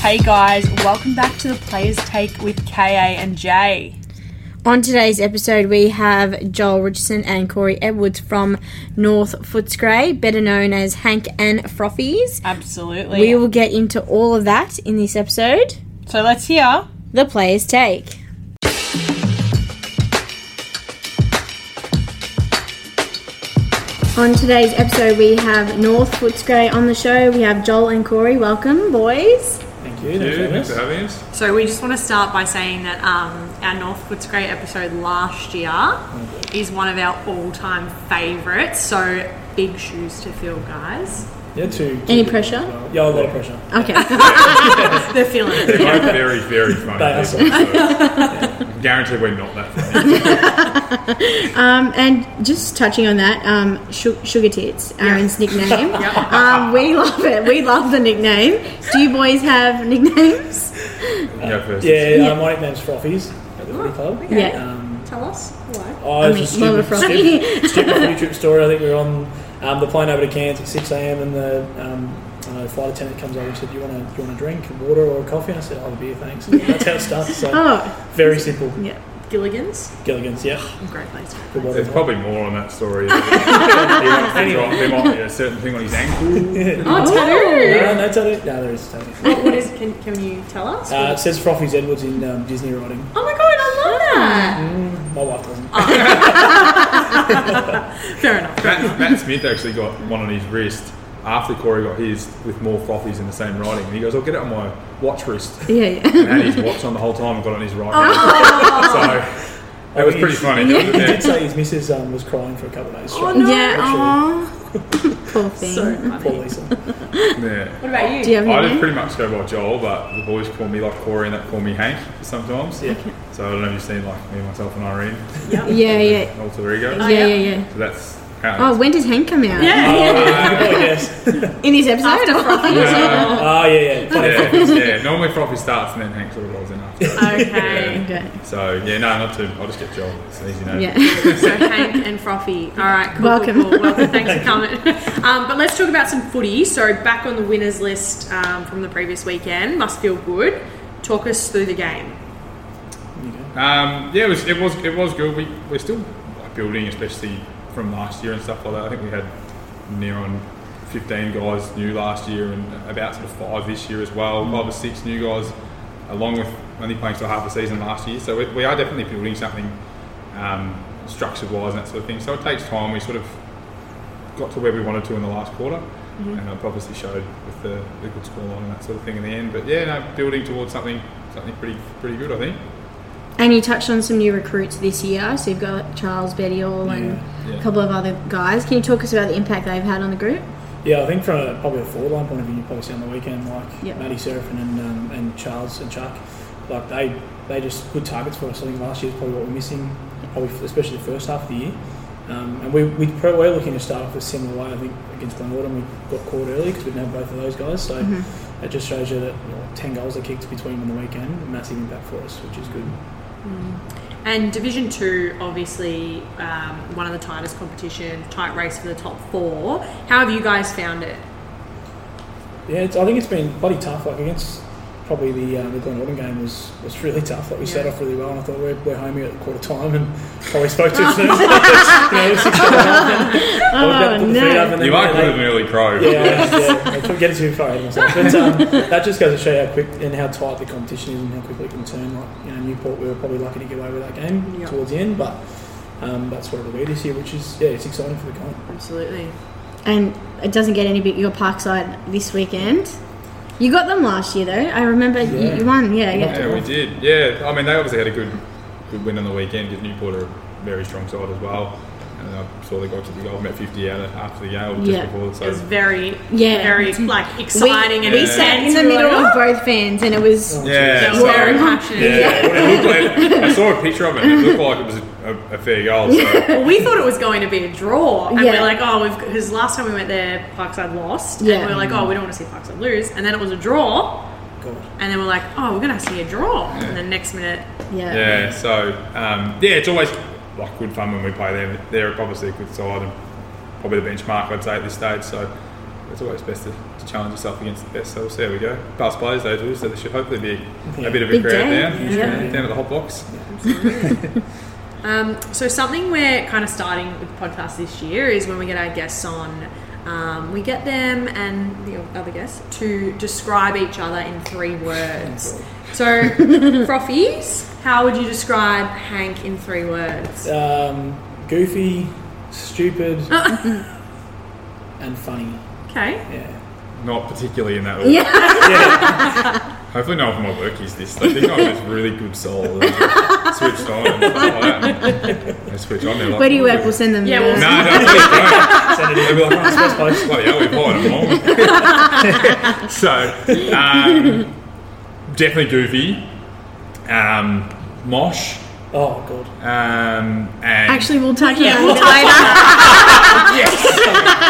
Hey guys, welcome back to the Players Take with KA and Jay. On today's episode, we have Joel Richardson and Corey Edwards from North Footscray, better known as Hank and Froffies. Oh, Absolutely. We will get into all of that in this episode. so let's hear. The players take. On today's episode, we have North Footscray on the show. We have Joel and Corey. Welcome, boys. Thank you. Yeah, Thanks thanks for for having us. having us. So we just want to start by saying that um, our North Footscray episode last year is one of our all-time favourites. So big shoes to fill, guys. Yeah, two. Any two- pressure? Yeah, a lot of pressure. Okay. They're feeling They're it. both very, very funny. They are so- people, so I'm guaranteed we're not that funny. Um, and just touching on that, um, Su- Sugar Tits, Aaron's nickname. um, we love it. We love the nickname. Do you boys have nicknames? You go first. Yeah, Yeah. Uh, my nickname's Frothies at the footy club. Yeah. Um, Tell us I why. was mean, a love a stupid, Frothy. stupid, stupid footy trip story. I think we were on um, the plane over to Cairns at 6 a.m. and the um, I don't know, flight attendant comes over and said, "Do you want a do you want a drink, water, or a coffee?" And I said, "Oh, a beer, thanks." And that's how it starts. So Oh, very simple. Yeah, Gilligan's. Gilligan's, yeah. Great place. Good water. There's probably more on that story. He might- he might- There might be a certain thing on his ankle. Oh, tattoo. no, no, tell it. No, there is. Tell it. What, what is? Can, can you tell us? Uh, it says Frothies Edwards in um, Disney writing. oh my god, I love that. My wife doesn't. Fair enough. Matt, Matt Smith actually got one on his wrist after Corey got his with more frothies in the same writing. And he goes, I'll get it on my watch wrist. yeah, yeah. And had his watch on the whole time and got it on his right hand. so that was pretty funny. He did Yeah. say his missus um, was crying for a couple of days Oh, straight. yeah. actually. Aw. Poor thing. So Poor funny. Lisa. Yeah. What about you? Do you have a I just nickname? pretty much go by Joel, but the boys call me like Corey and that call me Hank sometimes. Yeah. Okay. So I don't know if you've seen like me, myself, and Irene, Yeah, yeah, alter ego. yeah, yeah, yeah. So that's how. Oh, when does Hank come out? Yeah. Oh, yes. In his episode? or- yeah. Oh, yeah, yeah. yeah, yeah. Normally Froppy starts and then Hank sort of rolls in after. Okay. Okay. So yeah, no, not too. I'll just get Joel. It's an easy name. Yeah. So Hank and Frothy. All right, cool, Welcome. welcome. Cool, cool. Welcome. Thanks for coming. Um, but let's talk about some footy. So back on the winners list um, from the previous weekend. Must feel good. Talk us through the game. Um, yeah, it was, it was it was good. We we're still like, building, especially from last year and stuff like that. I think we had near on fifteen guys new last year, and about sort of five this year as well. Five or six new guys, along with only playing for half a season last year. So we, we are definitely building something um, structured wise and that sort of thing. So it takes time. We sort of got to where we wanted to in the last quarter, and it obviously showed with the, the good scoreline and that sort of thing in the end. But yeah, no, building towards something something pretty pretty good, I think. And you touched on some new recruits this year. So you've got Charles Bettiol and Yeah, yeah. a couple of other guys. Can you talk us about the impact they've had on the group? Yeah, I think from a, probably a forward line point of view, you probably see on the weekend like Yep. Matty Seraphin and um, and Charles and Chuck, like they they just good targets for us. I think last year's probably what we're missing, probably f- especially the first half of the year. Um, and we we pro- we're looking to start off a similar way. I think against Glenwarden we got caught early because we didn't have both of those guys. So it just shows you that you know, ten goals are kicked between them on the weekend, massive impact for us, which is good. And Division Two, obviously um, one of the tightest competitions, tight race for the top four. How have you guys found it? Yeah, it's, I think it's been bloody tough. Like against probably the um, the Glenwarden game was, was really tough. Like we set Yeah. off really well, and I thought we're, we're home here at quarter time, and probably spoke too soon. you know, six oh no! You are good at an early pro. Yeah, yeah, I couldn't get it too far ahead of myself. But um, that just goes to show you how quick and how tight the competition is and how quickly it can turn. Like, you know, Newport, we were probably lucky to get away with that game Yeah. towards the end, but um, that's what it'll be this year, which is, yeah, it's exciting for the comp. Absolutely. And it doesn't get any big. Your Parkside this weekend. You got them last year though. I remember you- Yeah. you won. Yeah, yeah. Yeah, we did. Yeah, I mean they obviously had a good good win on the weekend because Newport are a very strong side as well. And I saw they got to the goal, met 50 out after the game, or just Yeah. before. So It was very, Yeah. very like exciting and we Yeah. sat in intense. the We were middle like, of both fans, and it was. yeah, "Oh." so- very Yeah. passionate. yeah. well, it looked like- I saw a picture of it. and It looked like it was a, a, a fair goal. So. Well, we thought it was going to be a draw, and Yeah. we're like, oh, we've because last time we went there, Parkside lost, Yeah. and we were like, oh, we don't want to see Parkside lose, and then it was a draw, God. and then we're like, oh, we're gonna see a draw, and then next minute, Yeah. Yeah, so um, yeah, it's always like good fun when we play them. They're obviously a good side and probably the benchmark I'd say at this stage. So it's always best to, to challenge yourself against the best. So we'll see how we go. Past players though too, so there should hopefully be a bit of a Big crowd day. down Yeah. down at the hot box. Um, so something we're kind of starting with the podcast this year is when we get our guests on, um, we get them and the other guests to describe each other in three words. So, Froffies, how would you describe Hank in three words? Um, goofy, stupid, Oh. and funny. Okay. Yeah. Not particularly in that order. Yeah. Hopefully no one from my work is this. Like, these guys are just really good soul. They're just switched on. And stuff like that. They switch on. They're like, Where do you work? We'll No, send them. Yeah, the- we'll no, please don't. Send it They'll be like, oh, it's supposed to- like, yeah, we've hired them all. so, um, definitely goofy. Um, mosh. in. Oh god. Um, and Actually, we'll touch on that.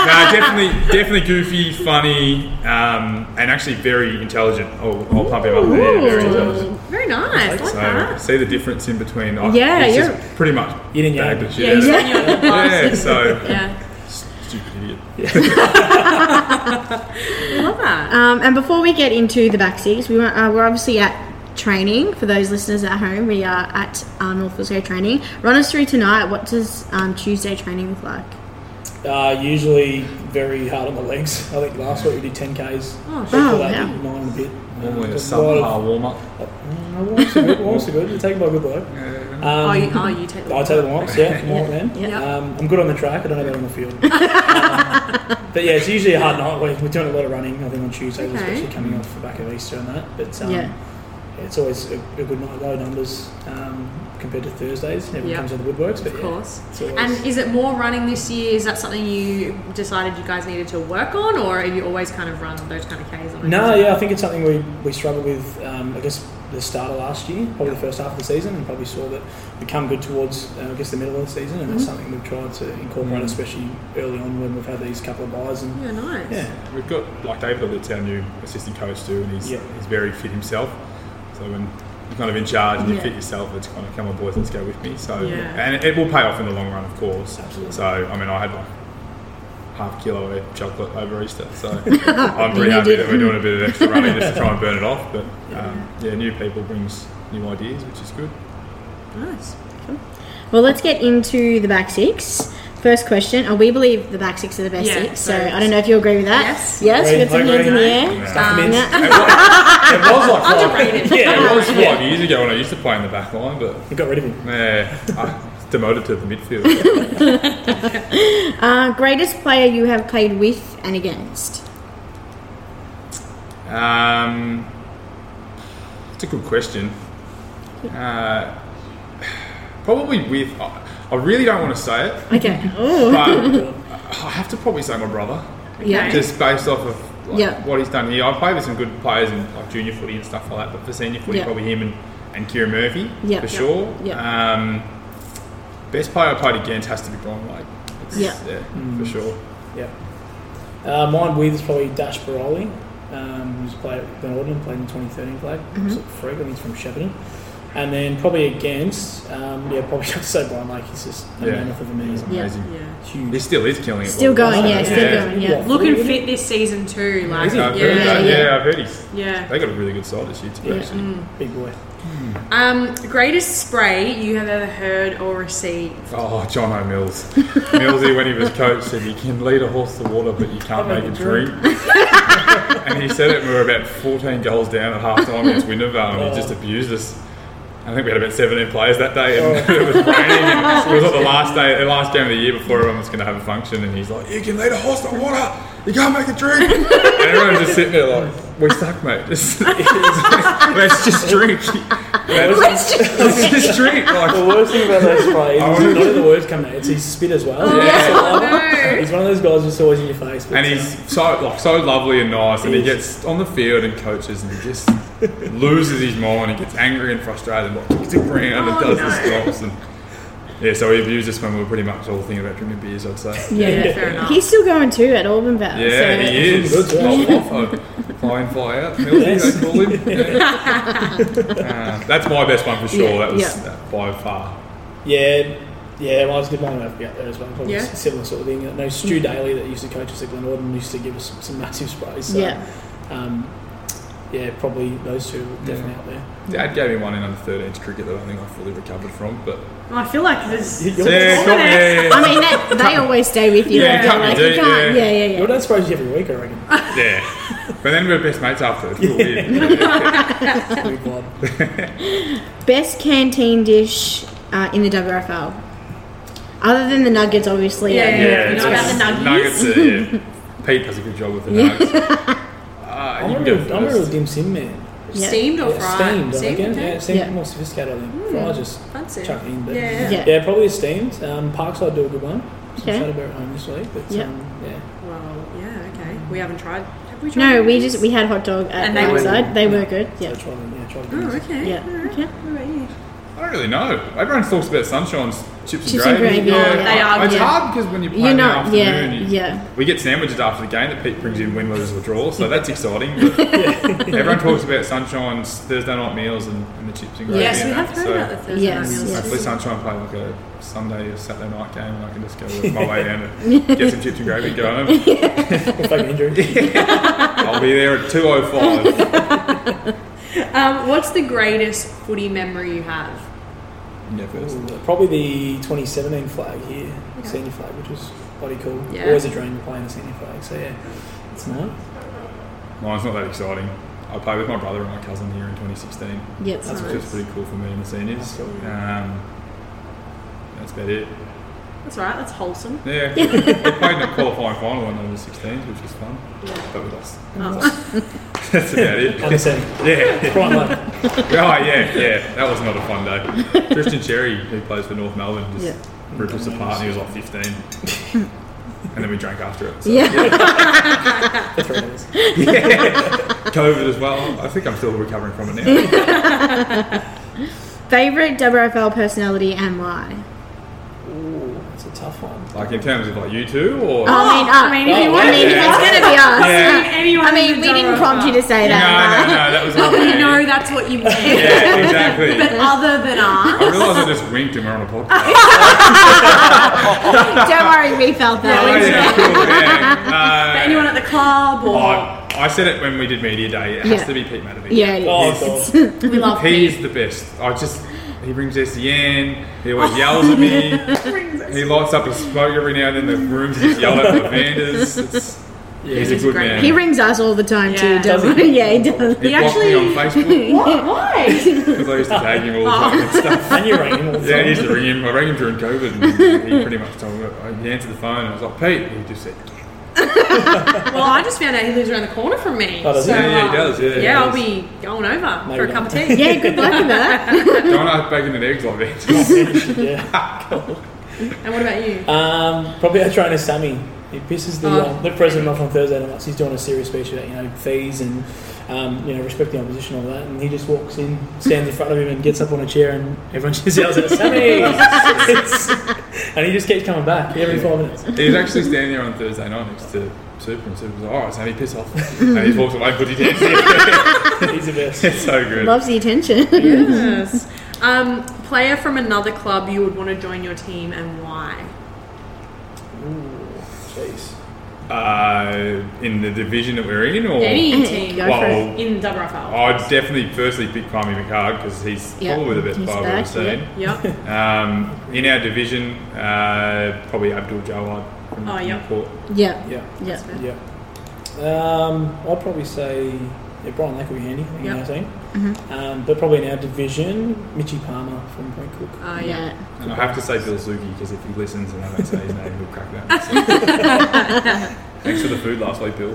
no, definitely, definitely goofy, funny, um, and actually very intelligent. I'll, I'll pump him up there. Very intelligent. Very nice. Like So that. see the difference in between. I- Yeah, he's just you're- pretty much Yin and yang. bagged the shit Yeah, out he's of yeah. it. on your podcast. Yeah, so Yeah. stupid idiot. I love that. Um, and before we get into the back six, we want, uh, we're obviously at training. For those listeners at home, we are at uh, North Footscray training. Run us through tonight. What does um, Tuesday training look like? Uh, usually very hard on the legs. I think last week we did 10Ks. Oh, Before wow. that, we did Nine and a bit. Um, Normally a there's a Mm, lot subpar of- warm up. no, warm-ups are good. Warm-ups are good. They're taken by a good bloke. Um, oh, you, oh, you take the I'll take the warm ups, yeah. More then. Yeah. Um, I'm good on the track, I don't know about on the field. um, but yeah, it's usually a hard night. We're, we're doing a lot of running, I think, on Tuesdays, Okay. especially coming off the back of Easter and that. But um, Yeah. it's always a, a good night, low numbers um, compared to Thursdays. Everyone Yeah. comes on the woodworks, but Of yeah, course. it's always- And is it more running this year? Is that something you decided you guys needed to work on, or have you always kind of run those kind of Ks on? No, yeah, I think it's something we, we struggled with, um, I guess, the start of last year, probably the first half of the season, and probably saw that we come good towards, uh, I guess, the middle of the season, and it's Mm-hmm. something we've tried to incorporate, Mm. especially early on when we've had these couple of buys. And Yeah, nice. yeah, We've got like David Ablett's our new assistant coach too, and he's Yeah. he's very fit himself. So when you're kind of in charge and you Yeah. fit yourself, it's kind of come on boys, let's go with me. So Yeah. and it, it will pay off in the long run, of course. Absolutely. So I mean, I had like half a kilo of chocolate over Easter, so I'm pretty You happy did. that we're doing a bit of extra running just to try and burn it off. But um, yeah, new people brings new ideas, which is good. Nice. Well, let's get into the back six. First question: uh, We believe the back six are the best Yeah, six. So so- I don't know if you agree with that. Yes. Yes. We got some Agree, hands in the agree. air. Stuff them in. Um, Yeah. It was, it was like five- Underrated. It Oh, Yeah, was five years ago when I used to play in the back line, but we got rid of him. yeah, I demoted to the midfield. Uh, greatest player you have played with and against? Um, it's a good question. Uh, probably with. I I really don't want to say it, Okay. Oh. but I have to probably say my brother, Yeah. just based off of like, Yeah. what he's done here. I played with some good players in like junior footy and stuff like that, but for senior footy, Yeah. probably him and, and Kieran Murphy Yeah. for Yeah. sure. Yeah. Um, best player I played against has to be Brian Lake. It's, Yeah. for sure. Yeah. Uh, mine with is probably Dash Baroli, um, who's played at Glenordon, played in the 2013 flag. Mm-hmm. He's a freak, I think he's from Shepparton. And then probably against, um, yeah, probably I'd say Brian Lake. He's just a Yeah. mammoth of a man. Yeah. Amazing. Yeah. He Huge. still is killing it. Still Well, going. Yeah. Yeah. Still going. Yeah. Looking fit this season too. Like, I've yeah, heard that. yeah. Yeah, I've heard he's yeah. They got a really good side this year too, Yeah. actually. Big boy. Um, greatest spray you have ever heard or received? Oh, John O'Mills. Millsy, when he was coach, said, you can lead a horse to water, but you can't make it drink. and he said it, and we were about 14 goals down at half time against Windervale, and he just abused us. I think we had about 17 players that day, and it was raining. And it was like the last day, the last game of the year before everyone was going to have a function, and he's like, you can lead a horse to water, you can't make it drink. and everyone was just sitting there like, we suck, mate. Just, let's just drink. Let's, just drink. Like, The worst thing about that spray is I not wanna- only the words come out, it's his spit as well. Oh, He's one of those guys who's always in your face. But, uh, and he's so like so lovely and nice, and he gets on the field and coaches, and he just loses his mind. He gets angry and frustrated, and like kicks the ground Oh, and does the stops, and yeah. So he abused us when we were pretty much all thinking about drinking beers. I'd say. Yeah. Yeah, fair enough. He's still going too at Auburn Vale. Yeah, so- he is. Good, Off, off, off. Fly in, fly out. Milky, Yes. they call him. Yeah. Uh, that's my best one for sure. Yeah, that was yeah. that by far. no. Yeah, Yeah, well, I was good long enough to be up there as well. Probably Yeah. s- similar sort of thing. I know Stu Mm. Daly that used to coach us at Glenorden used to give us some, some massive sprays. So, Yeah. Um, yeah, probably those two were definitely out there. Dad gave me one in under 13s cricket that I don't think I fully recovered from, but Oh, I feel like there's. Your, yeah, dad's- it's not- yeah, I mean, that, they always stay with you. Yeah, don't you can't they? like, do you it, can't. yeah. Yeah, yeah, yeah. your dad sprays you every week, I reckon. yeah, yeah. But then we were best mates after. It's real weird. Pretty glad. Best canteen dish uh, in the WFL, other than the nuggets, obviously. Yeah, Yeah, You it's know just- about the nuggets. uh, yeah. Pete does a good job with the nuggets. Uh, I'm a you can go real, I'm a real first. dim sim man. Yeah. Steamed or Yeah, fried? steamed, I reckon. okay. Yeah, steamed Yeah. Hmm. more sophisticated, I think. Fry just Fancy. chuck it in. But Yeah, yeah. Yeah. Yeah, probably steamed. Um, Parkside do a good one. So Okay. I'm sad about home this week, but Yeah. um, yeah. Well, yeah, okay. We haven't tried. Have we tried? No, we these? just we had hot dog at And they the were outside. They were good. So Yeah. try them, yeah, try Oh, them. okay. Yeah. Alright. Okay. What about you? I don't really know. Everyone talks about Sunshine's chips, Chips and and gravy. gravy, yeah. They are It's good. hard because when you're playing You're in the not. Yeah, afternoon, you- yeah. We get sandwiches after the game that Pete brings in win, lose, or draw, so that's exciting. But everyone talks about Sunshine's Thursday night meals and, and the chips and gravy. Yes, and we that, have heard so about the Thursday Yes, night meals. yes. Hopefully, Sunshine play like a Sunday or Saturday night game, and I can just go with my way down and get some chips and gravy, go home. Or fake injury. I'll be there at 2.05. Um, what's the greatest footy memory you have? Yeah, first. Ooh, Probably the 2017 flag here, senior flag, which was bloody cool. Yeah. Always a dream playing the senior flag, so yeah, it's nice. Mine's not that exciting. I played with my brother and my cousin here in 2016. Yep. That's which was pretty cool for me and the seniors. That's cool. Um, that's about it. That's all right. That's wholesome. Yeah, we played in the qualifying final on under 16s, which was fun, but we lost. That's about it. Under seven. Yeah, Prime one. oh yeah, yeah. That was not a fun day. Christian Cherry, who plays for North Melbourne, just ripped us apart, and he was like 15. and then we drank after it. So. Yeah. for three minutes. COVID as well. I think I'm still recovering from it now. Favorite WFL personality and why? Ooh, that's a tough one. like in terms of like you two, or I mean, uh, I mean, if you I want mean, to, it's gonna be us. Yeah. anyone I mean, who's we done didn't well. prompt you to say no, no, no, that. that was But not we me. know that's what you meant. Yeah, exactly. But other than us, I realised I just winked and we're on a podcast. but Don't worry, we felt that. Oh, yeah, cool, yeah. Oh, Uh, anyone at the club or I, I said it when we did media day. It has Yeah. to be Pete Madovic. Yeah, it Oh, is. God. we love he's the best. I just he brings SEN. He always yells at me. he lights up a smoke every now and then. The rooms he just yells at the vendors. It's, he's a He's good great. man. He rings us all the time Yeah. too, Does doesn't he? he? Yeah, he does. he He blocked me on Facebook What? Why? because I used to tag him all the time and stuff. And you rang him all the Yeah, I time. used to ring him. I rang him during COVID, and he pretty much told me. uh, He answered the phone, and I was like, "Pete," he just said, well, I just found out he lives around the corner from me. Oh, does he? so, Yeah, yeah, he uh, does, yeah, he yeah, I'll does. be going over Maybe for a cup of tea. Yeah, good luck with that. "Don't ask bacon and eggs like that." yeah. And what about you? Um, probably our trainer Sammy. He pisses the Ah. Oh. um, the president off on Thursday nights. He's doing a serious speech about you know fees and um, you know respect the opposition and all that. And he just walks in, stands in front of him, and gets up on a chair, and everyone just yells at Sammy. It's- and he just keeps coming back every five minutes. He was actually standing there on Thursday night next to Super, and Super was like, alright, Sammy, piss off. And he just walks away and puts his hands in He's the best. It's so good. Loves the attention. yes. Um, player from another club you would want to join your team and why? Jeez. Uh, in the division that we're in, or? Any team Go for Well, in WFL. I'd definitely firstly pick Kwame McCard because he's Yeah, probably the best he's player I've back, ever seen. Yep. Um, in our division, uh, probably Abdul Jawad from Oh, yeah. Newport. Yeah, Yeah. yeah. Yeah. Um, I'd probably say yeah, Brian Lake will be handy in Yep. our team. Mm-hmm. Um, but probably in our division, Mitchie Palmer from Point Cook. Ah. Oh, yeah. Yeah. And I have to say Bill Zuki because if he listens and I don't say his name, he'll crack that. So. Thanks for the food last week, Bill.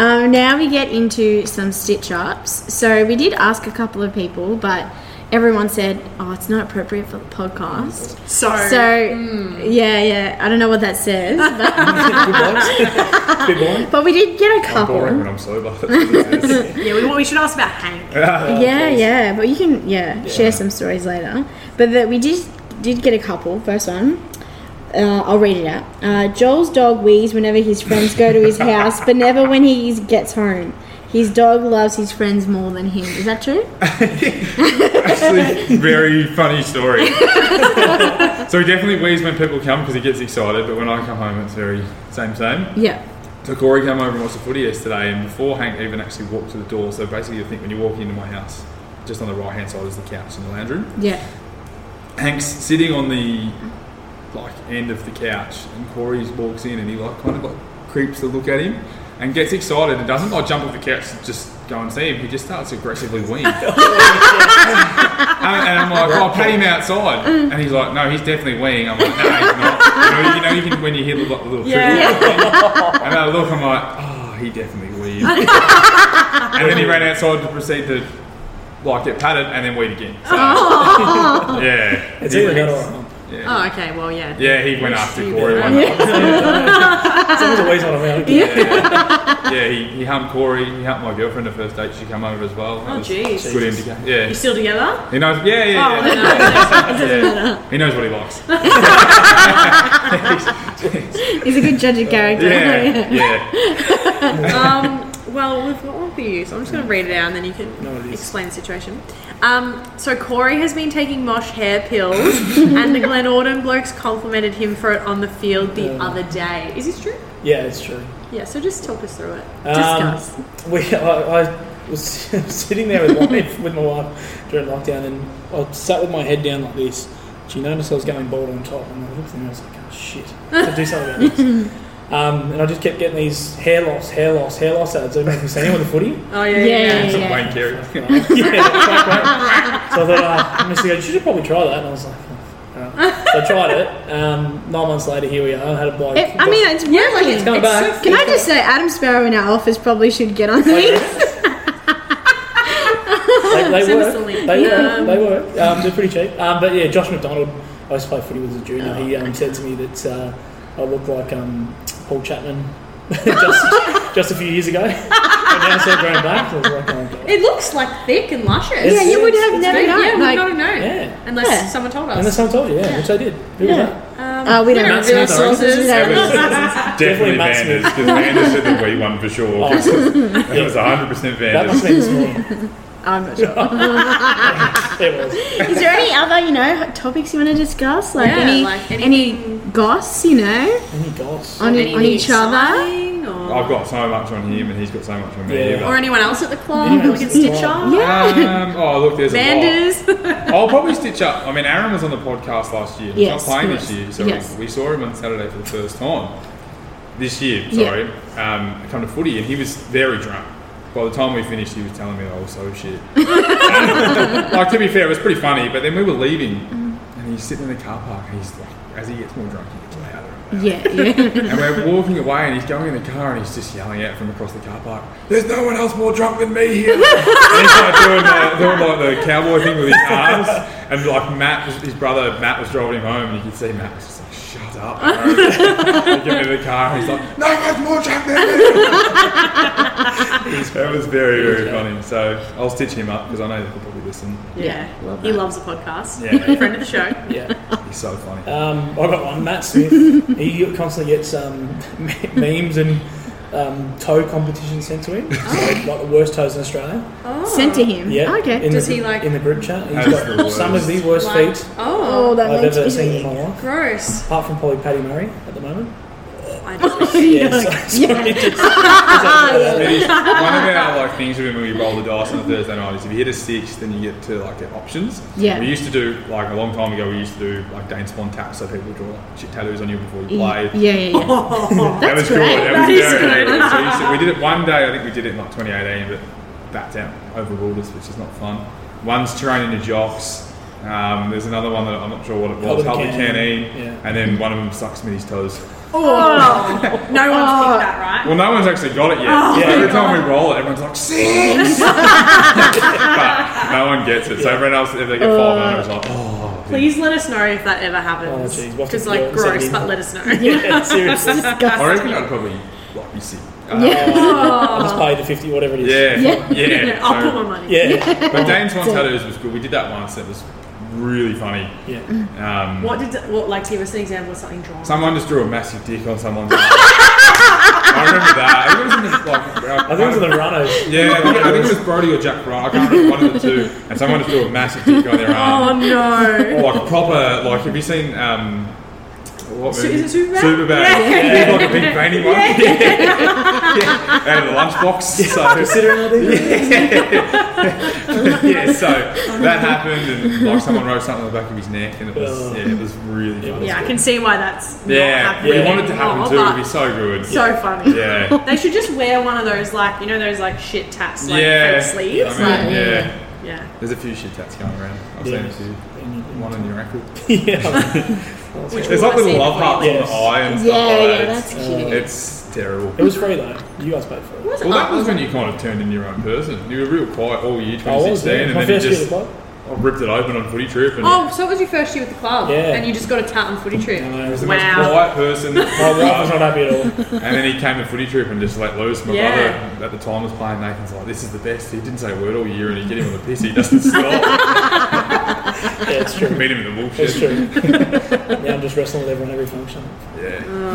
Um, now we get into some stitch ups. So we did ask a couple of people, but everyone said, "Oh, it's not appropriate for the podcast." So, Oh, So yeah, yeah. I don't know what that says, but, Good blokes. Good blokes. but we did get a I'm boring couple. when I'm sober. That's what it is. yeah, we, we should ask about Hank. Yeah, yeah. But you can yeah, share some stories later. But that we did did get a couple. First one. Uh, I'll read it out. Uh, Joel's dog wheezes whenever his friends go to his house, but never when he is- gets home. His dog loves his friends more than him. Is that true? actually very funny story. so he definitely wheezes when people come because he gets excited, but when I come home, it's very same same. Yeah. So Corey came over and watched the footy yesterday, and before Hank even actually walked to the door, so basically you think when you walk into my house, just on the right hand side is the couch in the lounge room. Yeah. Hank's sitting on the like end of the couch, and Corey walks in and he like kind of like creeps to look at him and gets excited and doesn't like jump off the couch to just go and see him. He just starts aggressively weeing. and, and I'm like, oh, pat him outside, and he's like, no, he's definitely weeing. I'm like, no, he's not. You know, you, know, you can when you hear the like, little Yeah. trickle thing. and I look, I'm like, oh, he definitely weeing. and then he ran outside to proceed to. Like get patted and then weed again. So, yeah, It's He either went- that or um, yeah. Oh, okay. Well, yeah. Yeah, he went after Stupid. Corey. One night. someone's always on around. Yeah, he, he humped Corey. He humped my girlfriend the first date. She came over as well. That Oh, was jeez. Good indicator. Yeah. You still together? He knows. Yeah, Oh, yeah, no, yeah. no, no. yeah. He knows what he likes. He's a good judge of character. Yeah, yeah. um, well, we've got one for you, so I'm just going to read it out and then you can No, it is. explain the situation. Um, so Corey has been taking Mosh hair pills, and the Glenorden blokes complimented him for it on the field the Yeah. other day. Is this true? Yeah, it's true. Yeah. So just talk us through it. Um, Discuss. we, I, I was sitting there with, my- with my wife during lockdown, and I sat with my head down like this. She noticed I was going bald on top, and I looked at her and I was like, oh, "Shit, I have to do something about this." Um, and I just kept getting these hair loss, hair loss, hair loss ads. Everyone was saying, "Anyone with the footy?" oh yeah. Yeah, Yeah. yeah. yeah, Some yeah. Wayne Carey. yeah, quite, quite. So I thought, uh, I must go, you should probably try that. And I was like, oh, all right. so I tried it. Um, nine months later, here we are. I had a bike. It- I mean, it's working. like, it's come back. so- can I just say, Adam Sparrow in our office probably should get on Like, these. they, they Send us work. the link. They Um, work. They work. Um, they're pretty cheap. Um, but yeah, Josh McDonald, I used to play footy with as a junior. he um, said to me that uh, I look like um, Paul Chapman just, just a few years ago. and now it's all grown back. I was like, oh, God. It looks like thick and luscious. Yeah, you would have never very- known, Yeah, we like- would not have known. Yeah. Unless Yeah. someone told And that's us. what I told you, yeah, which I did. Who was that? Um, Uh, we don't don't Matt reveal Smith, I reckon. sources. It Yeah. was definitely Definitely Matt Vanders Smith. because Vanders said the wee one for sure. Oh. it was 100 percent That must have Vanders. been this morning. I'm not sure. It was. Is there any other, you know, topics you want to discuss? Like Yeah, any like any goss, you know, Any goals? on, Anything on each other? exciting Or, I've got so much on him and he's got so much on me. Yeah. but- or anyone else at the club Anyone that we else can at the stitch club. on. Um, oh look, there's a lot. Banders. I'll probably stitch up. I mean, Aaron was on the podcast last year. He's Yes, not playing he this was. year, so Yes. we, we saw him on Saturday for the first time this year. Sorry, um, come to footy, and he was very drunk. By the time we finished, he was telling me I was so shit. like to be fair, it was pretty funny. But then we were leaving, Mm. and he's sitting in the car park, and he's like, as he gets more drunk, he gets louder. and louder. Yeah, yeah. And we're walking away, and he's going in the car, and he's just yelling out from across the car park. There's no one else more drunk than me here. and he's like doing, the, doing like the cowboy thing with his arms, and like Matt, was- his brother Matt was driving him home, and you could see Matt was just like, "Shut up!" bro." He came in the car, and he's like, "No one's more drunk than me." That was very very funny. So I'll stitch him up because I know he'll probably listen. Yeah, love he that. loves a podcast. Yeah. friend of the show. Yeah. He's so funny. Um, I got one, Matt Smith. he constantly gets um, memes and um, toe competitions sent to him. So, like the worst toes in Australia. Sent to him. Yeah. Okay. In Does the, he, like- in the group chat? He's That's got the worst. some of the worst Like, feet oh, oh, that I've meant ever to seen be. in my life. gross. Apart from probably Paddy Murray at the moment. I just, Yeah. so- sorry, just- just- It is- one of our like things when we roll the dice on a Thursday night is if you hit a six, then you get to like get options. Yeah. We used to do like a long time ago. We used to do like Dane Spawn taps, so people would draw like, shit tattoos on you before you Yeah, play. yeah, yeah. that That's was good. great. That, That was is very good. good. So we used to- we did it one day. I think we did it in like 2018, but that's out overruled us, which is not fun. One's terrain into jocks. Um, there's another one that I'm not sure what it was. Helter Helter Canyon. Canyon. Yeah. And then one of them sucks Smithy's toes. oh, no one's picked that, right? Well, no one's actually got it yet. Yeah. Every time we roll it, everyone's like six, but no one gets it. So everyone else, if they get five, everyone's like, oh, Please let us know if that ever Oh, happens. geez, what's Because it- like yeah, gross, seventeen. but let us know. yeah, seriously. I reckon I'd probably like be sick. Uh, I just paid the 50, whatever it is. Yeah, Yeah. yeah. Oh. I'll So- put my money. Yeah. But Dane's one tattoos was good. We did that once. It was really funny. yeah. Um, What did what like give us an example of something drawn? someone just drew a massive dick on someone's. I remember that. I think it was in the, like, uh, I think it was in the Ranos. yeah, I think, I think it was Brody or Jack Bra. I can't remember one of the two. And someone just threw a massive dick on their Oh arm. no. Or Oh, like proper, like, have you seen, um, what Su- movie? is it Superbad? Superbad. Yeah. He's like a big veiny one. Yeah. Out of the lunchbox. So, Considering all these, yeah, so that happened, and like someone wrote something on the back of his neck, and it was, yeah, it was really funny. Yeah, I can see why that's not Yeah, happening we wanted to happen anymore, too. It'd but be so good. so funny. yeah. They should just wear one of those like you know those like shit tats like yeah. fake sleeves. I mean, Like- yeah. yeah. There's a few shit tats going around. I've Yeah. seen a few. One on your ankle. yeah, Which There's like we've little all love seen hearts Yes. on the eye and stuff Yeah, like yeah, that. that's It's- cute. It's terrible. it was free though. You guys paid for it. Well, Oh, that was when you kind of turned into your own person. You were real quiet all year I Oh, was 2016, there. and My then you first year at the just club. ripped it open on footy trip. And Oh, so it was your first year with the club, Yeah. and you just got a tat on footy trip. No, it was the most wow. quiet person. My wife was not happy at all. And then he came to footy troop and just let loose. My Yeah. brother at the time was playing Nathan's like, this is the best. He didn't say a word all year and you get him on the piss, he doesn't stop. Yeah, it's true. Meet him in the It's bullshit. true. yeah, I'm just wrestling with everyone every function. Oh.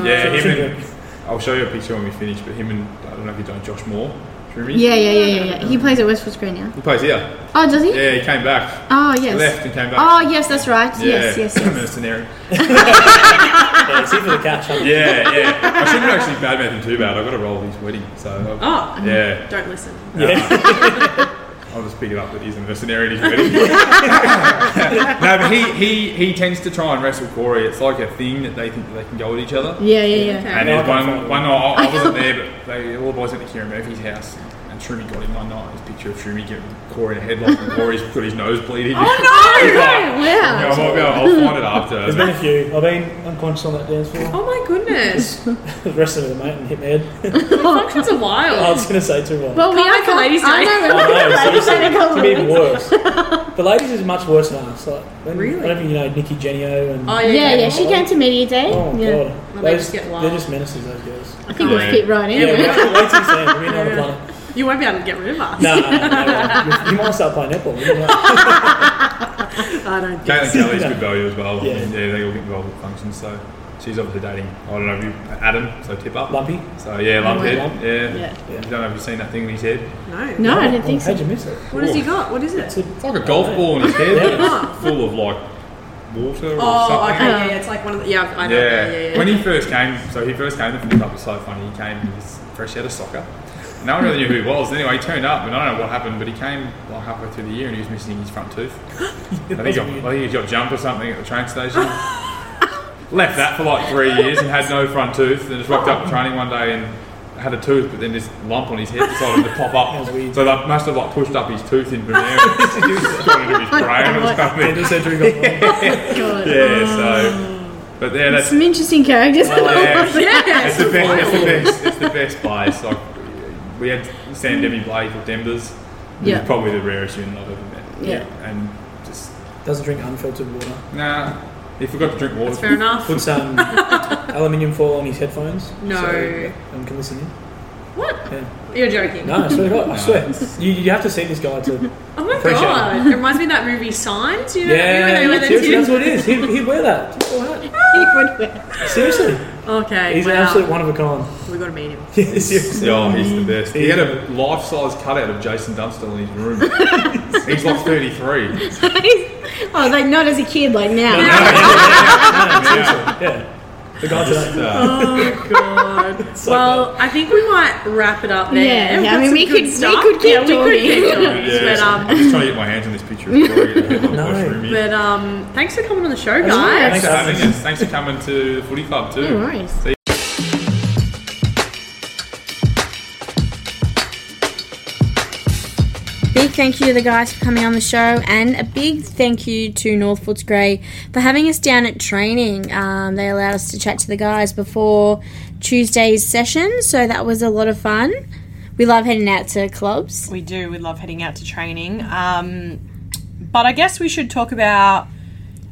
Yeah. Yeah, him and, I'll show you a picture when we finish, but him and, I don't know if you don't, Josh Moore. Do you remember? Yeah, yeah, yeah, yeah, yeah. He plays at Westwood Green now. He plays here. Oh, does he? Yeah, he came back. Oh, yes. Left and came back. Oh, yes, that's right. yeah. Yes, yes, I'm yes. Yeah, it's here for the catch. Huh? Yeah, yeah. I shouldn't actually badmouth him too bad. I've got to roll his wedding, so. Oh, Yeah. don't listen. Yeah. I'll just pick it up that he's a mercenary and he's ready. no, but he, he, he tends to try and wrestle Corey. It's like a thing that they think that they can go at each other. Yeah, yeah, yeah. And Okay. then one, one night, I I wasn't there, but they, all the boys went to Kieran Murphy's house. And Shroomy got him one night. His picture of Shroomy giving Corey a headlock. And Corey's got his nose bleeding. Oh no! He's like, Wow. "Yeah, I'll, I'll find it after. There's been a few. I've been unconscious on that dance floor. Oh my goodness! The I was wrestling with a mate and hit my head. functions are I Oh. wild. was going to say too well. Well, we Can't are wait for Ladies' I Day. know, I know, we're seriously, going to It's even worse. The ladies is much worse than us. Like, when- Really? I don't think you know Nikki Genio and. Oh yeah, Yeah, yeah. yeah, she came to media day. Oh, yeah. God. Well, They they just, just get they're wild. just menaces, those girls. I think Yeah. we'll keep right Yeah, we in. have to wait till Sam. We know how to play. You won't be able to get rid of us. No, no, no, no, no. You might start playing netball. You know. I don't. Think. Caitlin Kelly's good value as well. Yeah. Yeah. they all get involved with functions. So she's obviously dating, I don't know, if you, Adam, so tip up. Lumpy? So yeah, lumphead. Lump. Yeah. Yeah. Yeah. I don't know if you've seen that thing in his head. No. No, I didn't think so. Oh, How'd you miss it? What has he got? What is it? It's like a golf ball in his head, but it's full of like water or Oh, something. okay. Yeah, it's like one of the. Yeah, I know. Yeah, Yeah. yeah, yeah. When he first came, so he first came, the Footy Club was so funny. He came, he was fresh out of soccer. No one really knew who he was. Anyway, he turned up, and I don't know what happened, but he came like halfway through the year and he was missing his front tooth. I think, he got, I think he got jumped or something at the train station. Left that for like three years and had no front tooth. Then just rocked up to training one day and had a tooth, but then this lump on his head decided to pop up. That was weird. So they must have like pushed up his tooth in banana. got into his brain or something. Dental surgery got wrong. God. Yeah, so. But yeah, that's Some interesting characters. yeah. yeah. It's the best. It's the best. It's the best bias. Like we had Sam Demi Blake of Denver's. who's Yeah. Probably the rarest unit I've ever met. Yeah. And just Doesn't drink unfiltered water. nah. He forgot to drink water. Fair enough. Puts um, aluminium foil on his headphones. No. So um, can listen in. What? Yeah. You're joking. No, I swear to God, I swear. You, you have to see this guy to. Oh my Appreciate god! It. reminds me of that movie Signs. You know, Yeah, you know, when seriously, they that's what it is. He'd, he'd wear that. Seriously. Okay, He's wow. an absolute one of a kind. We gotta meet him. Yeah, seriously. Oh, he's the best. He Yeah. had a life-size cutout of Jason Dunstall in his room. he's like 33. oh, like not as a kid, like now. Yeah. Yeah. The guy today. Uh, Oh god. So well, I think we might wrap it up there. Yeah, yeah, We've I got mean, some we good could- we stuff. could keep yeah, We could keep talking. talking. yeah, But um, I'm just trying to get my hands on this picture. Before I get the No. wash room. but um, thanks for coming on the show, That's all right. guys. Thanks for having us. Thanks for coming to the footy club too. No worries. See Big thank you to the guys for coming on the show, and a big thank you to North Footscray for having us down at training. Um, they allowed us to chat to the guys before Tuesday's session, so that was a lot of fun. We love heading out to clubs. We do. We love heading out to training. Um, but I guess we should talk about.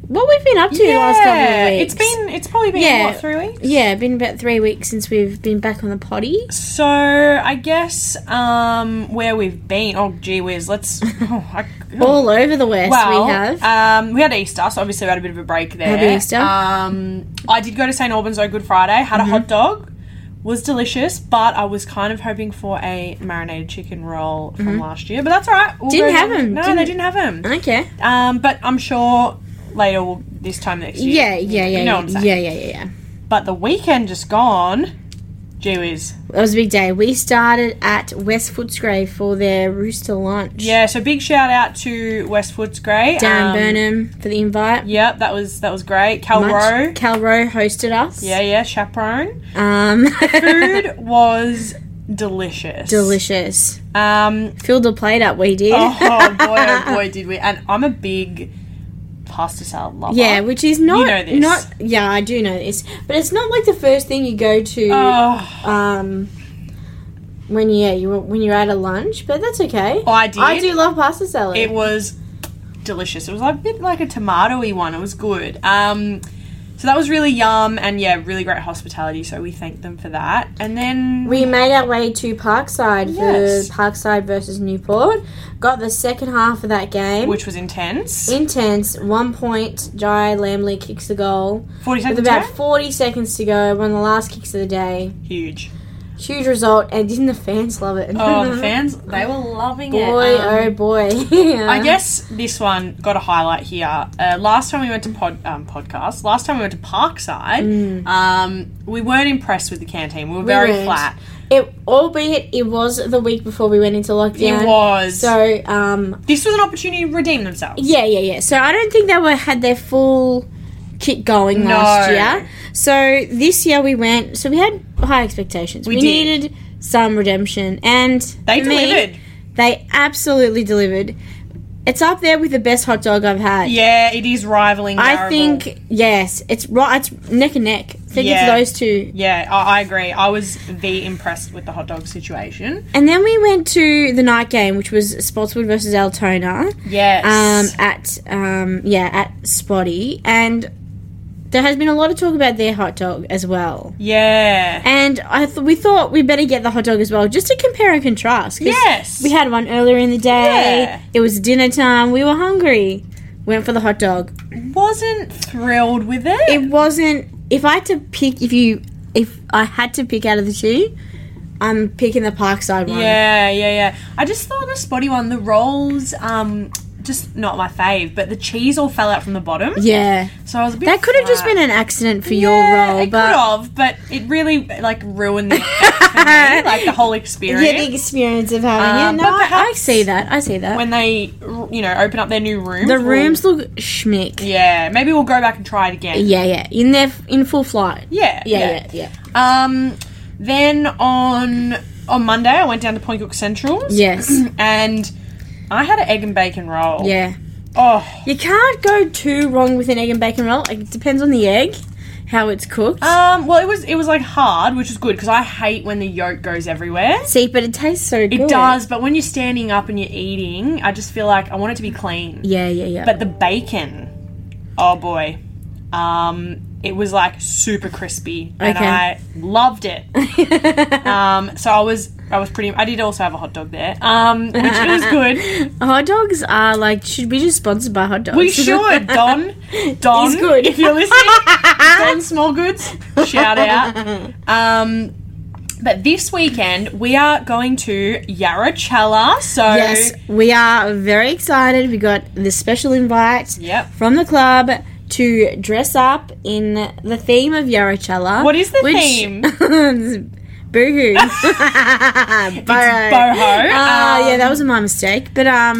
What we've been up to the last couple of weeks? it's been. It's probably been Yeah. what three weeks. yeah, been about three weeks since we've been back on the potty. So I guess um, where we've been. Oh gee whiz. Let's. Oh, I, All over the west well, we have. Um, we had Easter, so obviously we had a bit of a break there. Happy Easter. Mm-hmm. Um, I did go to St Albans on Good Friday. Had a hot dog. was delicious, but I was kind of hoping for a marinated chicken roll from last year. But that's all right. We'll Mm-hmm. Didn't go- have 'em, No, didn't- Uh-huh. they didn't have them. Okay. Um, but I'm sure later, will this time next year. Yeah, yeah, yeah. You know what I'm yeah, saying. yeah, yeah, yeah, yeah. But the weekend just gone. Gee whiz. That was a big day. We started at West Footscray for their rooster lunch. Yeah, so big shout out to West Footscray. Darren Um, Burnham for the invite. Yep, that was that was great. Cal Much- Rowe. Cal Rowe hosted us. Yeah, yeah, chaperone. Um, Food was delicious. delicious. Um, Filled the plate up. We did. oh boy, oh boy, did we! And I'm a big pasta salad lover. Yeah, which is not know this. not yeah, I do know this, but it's not like the first thing you go to Oh, um when you, yeah you were- when you're at a lunch, but that's okay. Oh, I did. I do love pasta salad. It was delicious. It was like a bit like a tomatoey one. It was good. Um, so that was really yum, and yeah, really great hospitality. So we thanked them for that. And then we made our way to Parkside Yes. for Parkside versus Newport. Got the second half of that game. which was intense. Intense, one point. Jai Lamley kicks the goal Forty with seconds. about left? 40 seconds to go. One of the last kicks of the day. Huge. Huge result, and didn't the fans love it? Oh, the fans they were loving Boy, it. Um, oh boy. I guess this one got a highlight here. Uh, last time we went to pod, um, podcast, last time we went to Parkside, um, we weren't impressed with the canteen. We were very Mm. weren't. flat. It, albeit it was the week before we went into lockdown. It was. So, um, this was an opportunity to redeem themselves. yeah, yeah, yeah. So I don't think they were had their full kit going No. last year. So this year we went. So we had high expectations. We did. needed some redemption, and They for me, delivered. they absolutely delivered. It's up there with the best hot dog I've had. Yeah, it is rivaling. I Yarraville. think yes, it's right. It's neck and neck. I think Yeah. it's those two. Yeah, I, I agree. I was the impressed with the hot dog situation. And then we went to the night game, which was Spotswood versus Altona. Yes. um, at um, yeah at Spotty, and there has been a lot of talk about their hot dog as well. yeah. And I th- we thought we better get the hot dog as well, just to compare and contrast. 'cause Yes. we had one earlier in the day. Yeah. It was dinner time. We were hungry. Went for the hot dog. Wasn't thrilled with it. It wasn't. If I had to pick, if you, if I had to pick out of the two, I'm picking the Parkside one. Yeah, yeah, yeah. I just thought the spotty one, the rolls, um, just not my fave, but the cheese all fell out from the bottom. Yeah. So I was a bit That could have just flat. been an accident for Yeah, your role, it but could have, but it really like ruined the effect for me, like the whole experience. Yeah, the experience of having Um, it. No, but I, I perhaps see that. I see that. when they, you know, open up their new room. the rooms look schmick. Yeah. Yeah, maybe we'll go back and try it again. yeah, In their in full flight. Yeah, Yeah, yeah, yeah. Um, then on on Monday, I went down to Point Cook Central's. Yes. and I had an egg and bacon roll. yeah. Oh, You can't go too wrong with an egg and bacon roll. It depends on the egg, how it's cooked. Um, well, it was it was like hard, which is good because I hate when the yolk goes everywhere. see, but it tastes so It good. does, but when you're standing up and you're eating, I just feel like I want it to be clean. Yeah, yeah, yeah. But the bacon, oh boy, um, it was like super crispy, and Okay. I loved it. um, so I was I was pretty. I did also have a hot dog there, um, which it was good. hot dogs are like should be just sponsored by hot dogs. We should Don Don He's good. if you're listening. Don Small Goods, shout out. Um, but this weekend we are going to Yarrachella. So yes, we are very excited. We got the special invite Yep. from the club to dress up in the theme of Yarrachella. What is the which- theme? Boohoo. Boho. boho, Ah, yeah, um, that was my mistake. But um,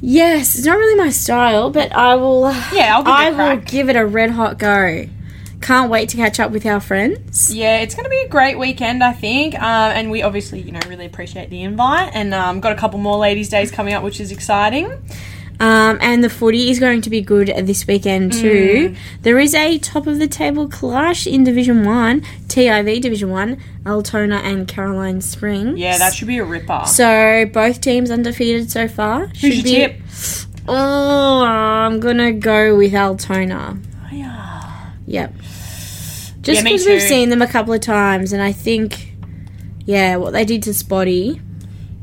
yes, it's not really my style, but I will. Yeah, I'll give it a I will crack. give it a red hot go. Can't wait to catch up with our friends. Yeah, it's going to be a great weekend, I think. Um, and we obviously, you know, really appreciate the invite. And um, got a couple more ladies' days coming up, which is exciting. Um, and the footy is going to be good this weekend Mm. too. There is a top of the table clash in Division One, TIV Division One, Altona and Caroline Springs. Yeah, that should be a ripper. So both teams undefeated so far. Who's your Should be- tip? Oh, I'm gonna go with Altona. Oh, yeah. Yep. Just Yeah, me because we've too. seen them a couple of times, and I think, yeah, what they did to Spotty.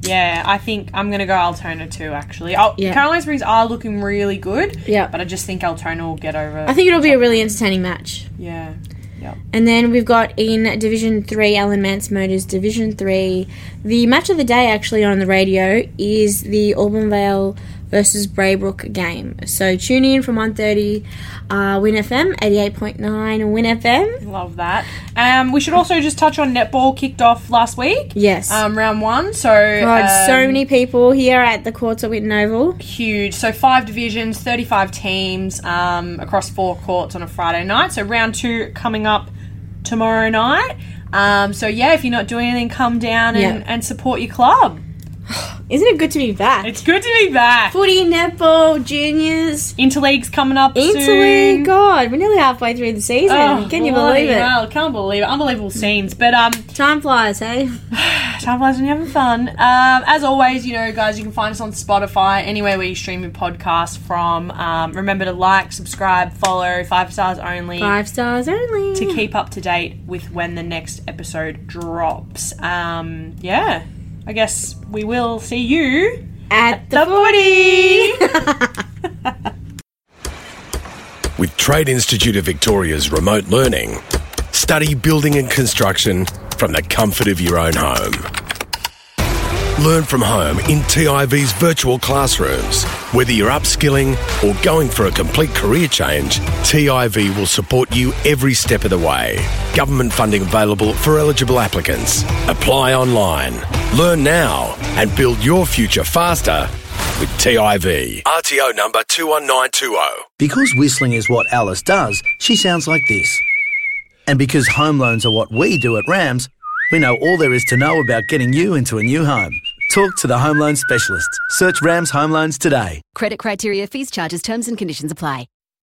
Yeah, I think I'm going to go Altona too, actually. Oh, Yeah. Caroline Springs are looking really good. Yeah. But I just think Altona will get over I think it'll be a really entertaining match. Yeah. Yep. And then we've got in Division 3, Alan Mance murders Division 3. The match of the day, actually, on the radio is the Auburn Vale versus Braybrook game. So tune in from 1.30, uh, Win FM, 88.9 Win FM. Love that. Um, we should also just touch on netball kicked off last week. Yes. Um, round one. So God, so um, many people here at the courts at Witten Oval. huge. So five divisions, thirty-five teams um, across four courts on a Friday night. So round two coming up tomorrow night. Um, so yeah, if you're not doing anything, come down and, Yeah. and support your club. Isn't it good to be back? It's good to be back. Footy, netball, juniors, Interleague's coming up soon. Italy. God, we're nearly halfway through the season. Oh, Can you bloody believe it? hell, can't believe it. Unbelievable scenes. But um, Time flies, hey? time flies when you're having fun. Um, as always, you know, guys, you can find us on Spotify, anywhere where you stream your podcast from. Um, remember to like, subscribe, follow, five stars only. Five stars only. To keep up to date with when the next episode drops. Um, yeah, I guess we will see you At the the footy. with Trade Institute of Victoria's remote learning. Study building and construction from the comfort of your own home. Learn from home in TIV's virtual classrooms. Whether you're upskilling or going for a complete career change, TIV will support you every step of the way. Government funding available for eligible applicants. Apply online. Learn now and build your future faster with TIV. RTO number 21920. Because whistling is what Alice does, she sounds like this. And because home loans are what we do at RAMS, we know all there is to know about getting you into a new home. Talk to the home loan specialist. Search RAMS Home Loans today. Credit criteria, fees, charges, terms, and conditions apply.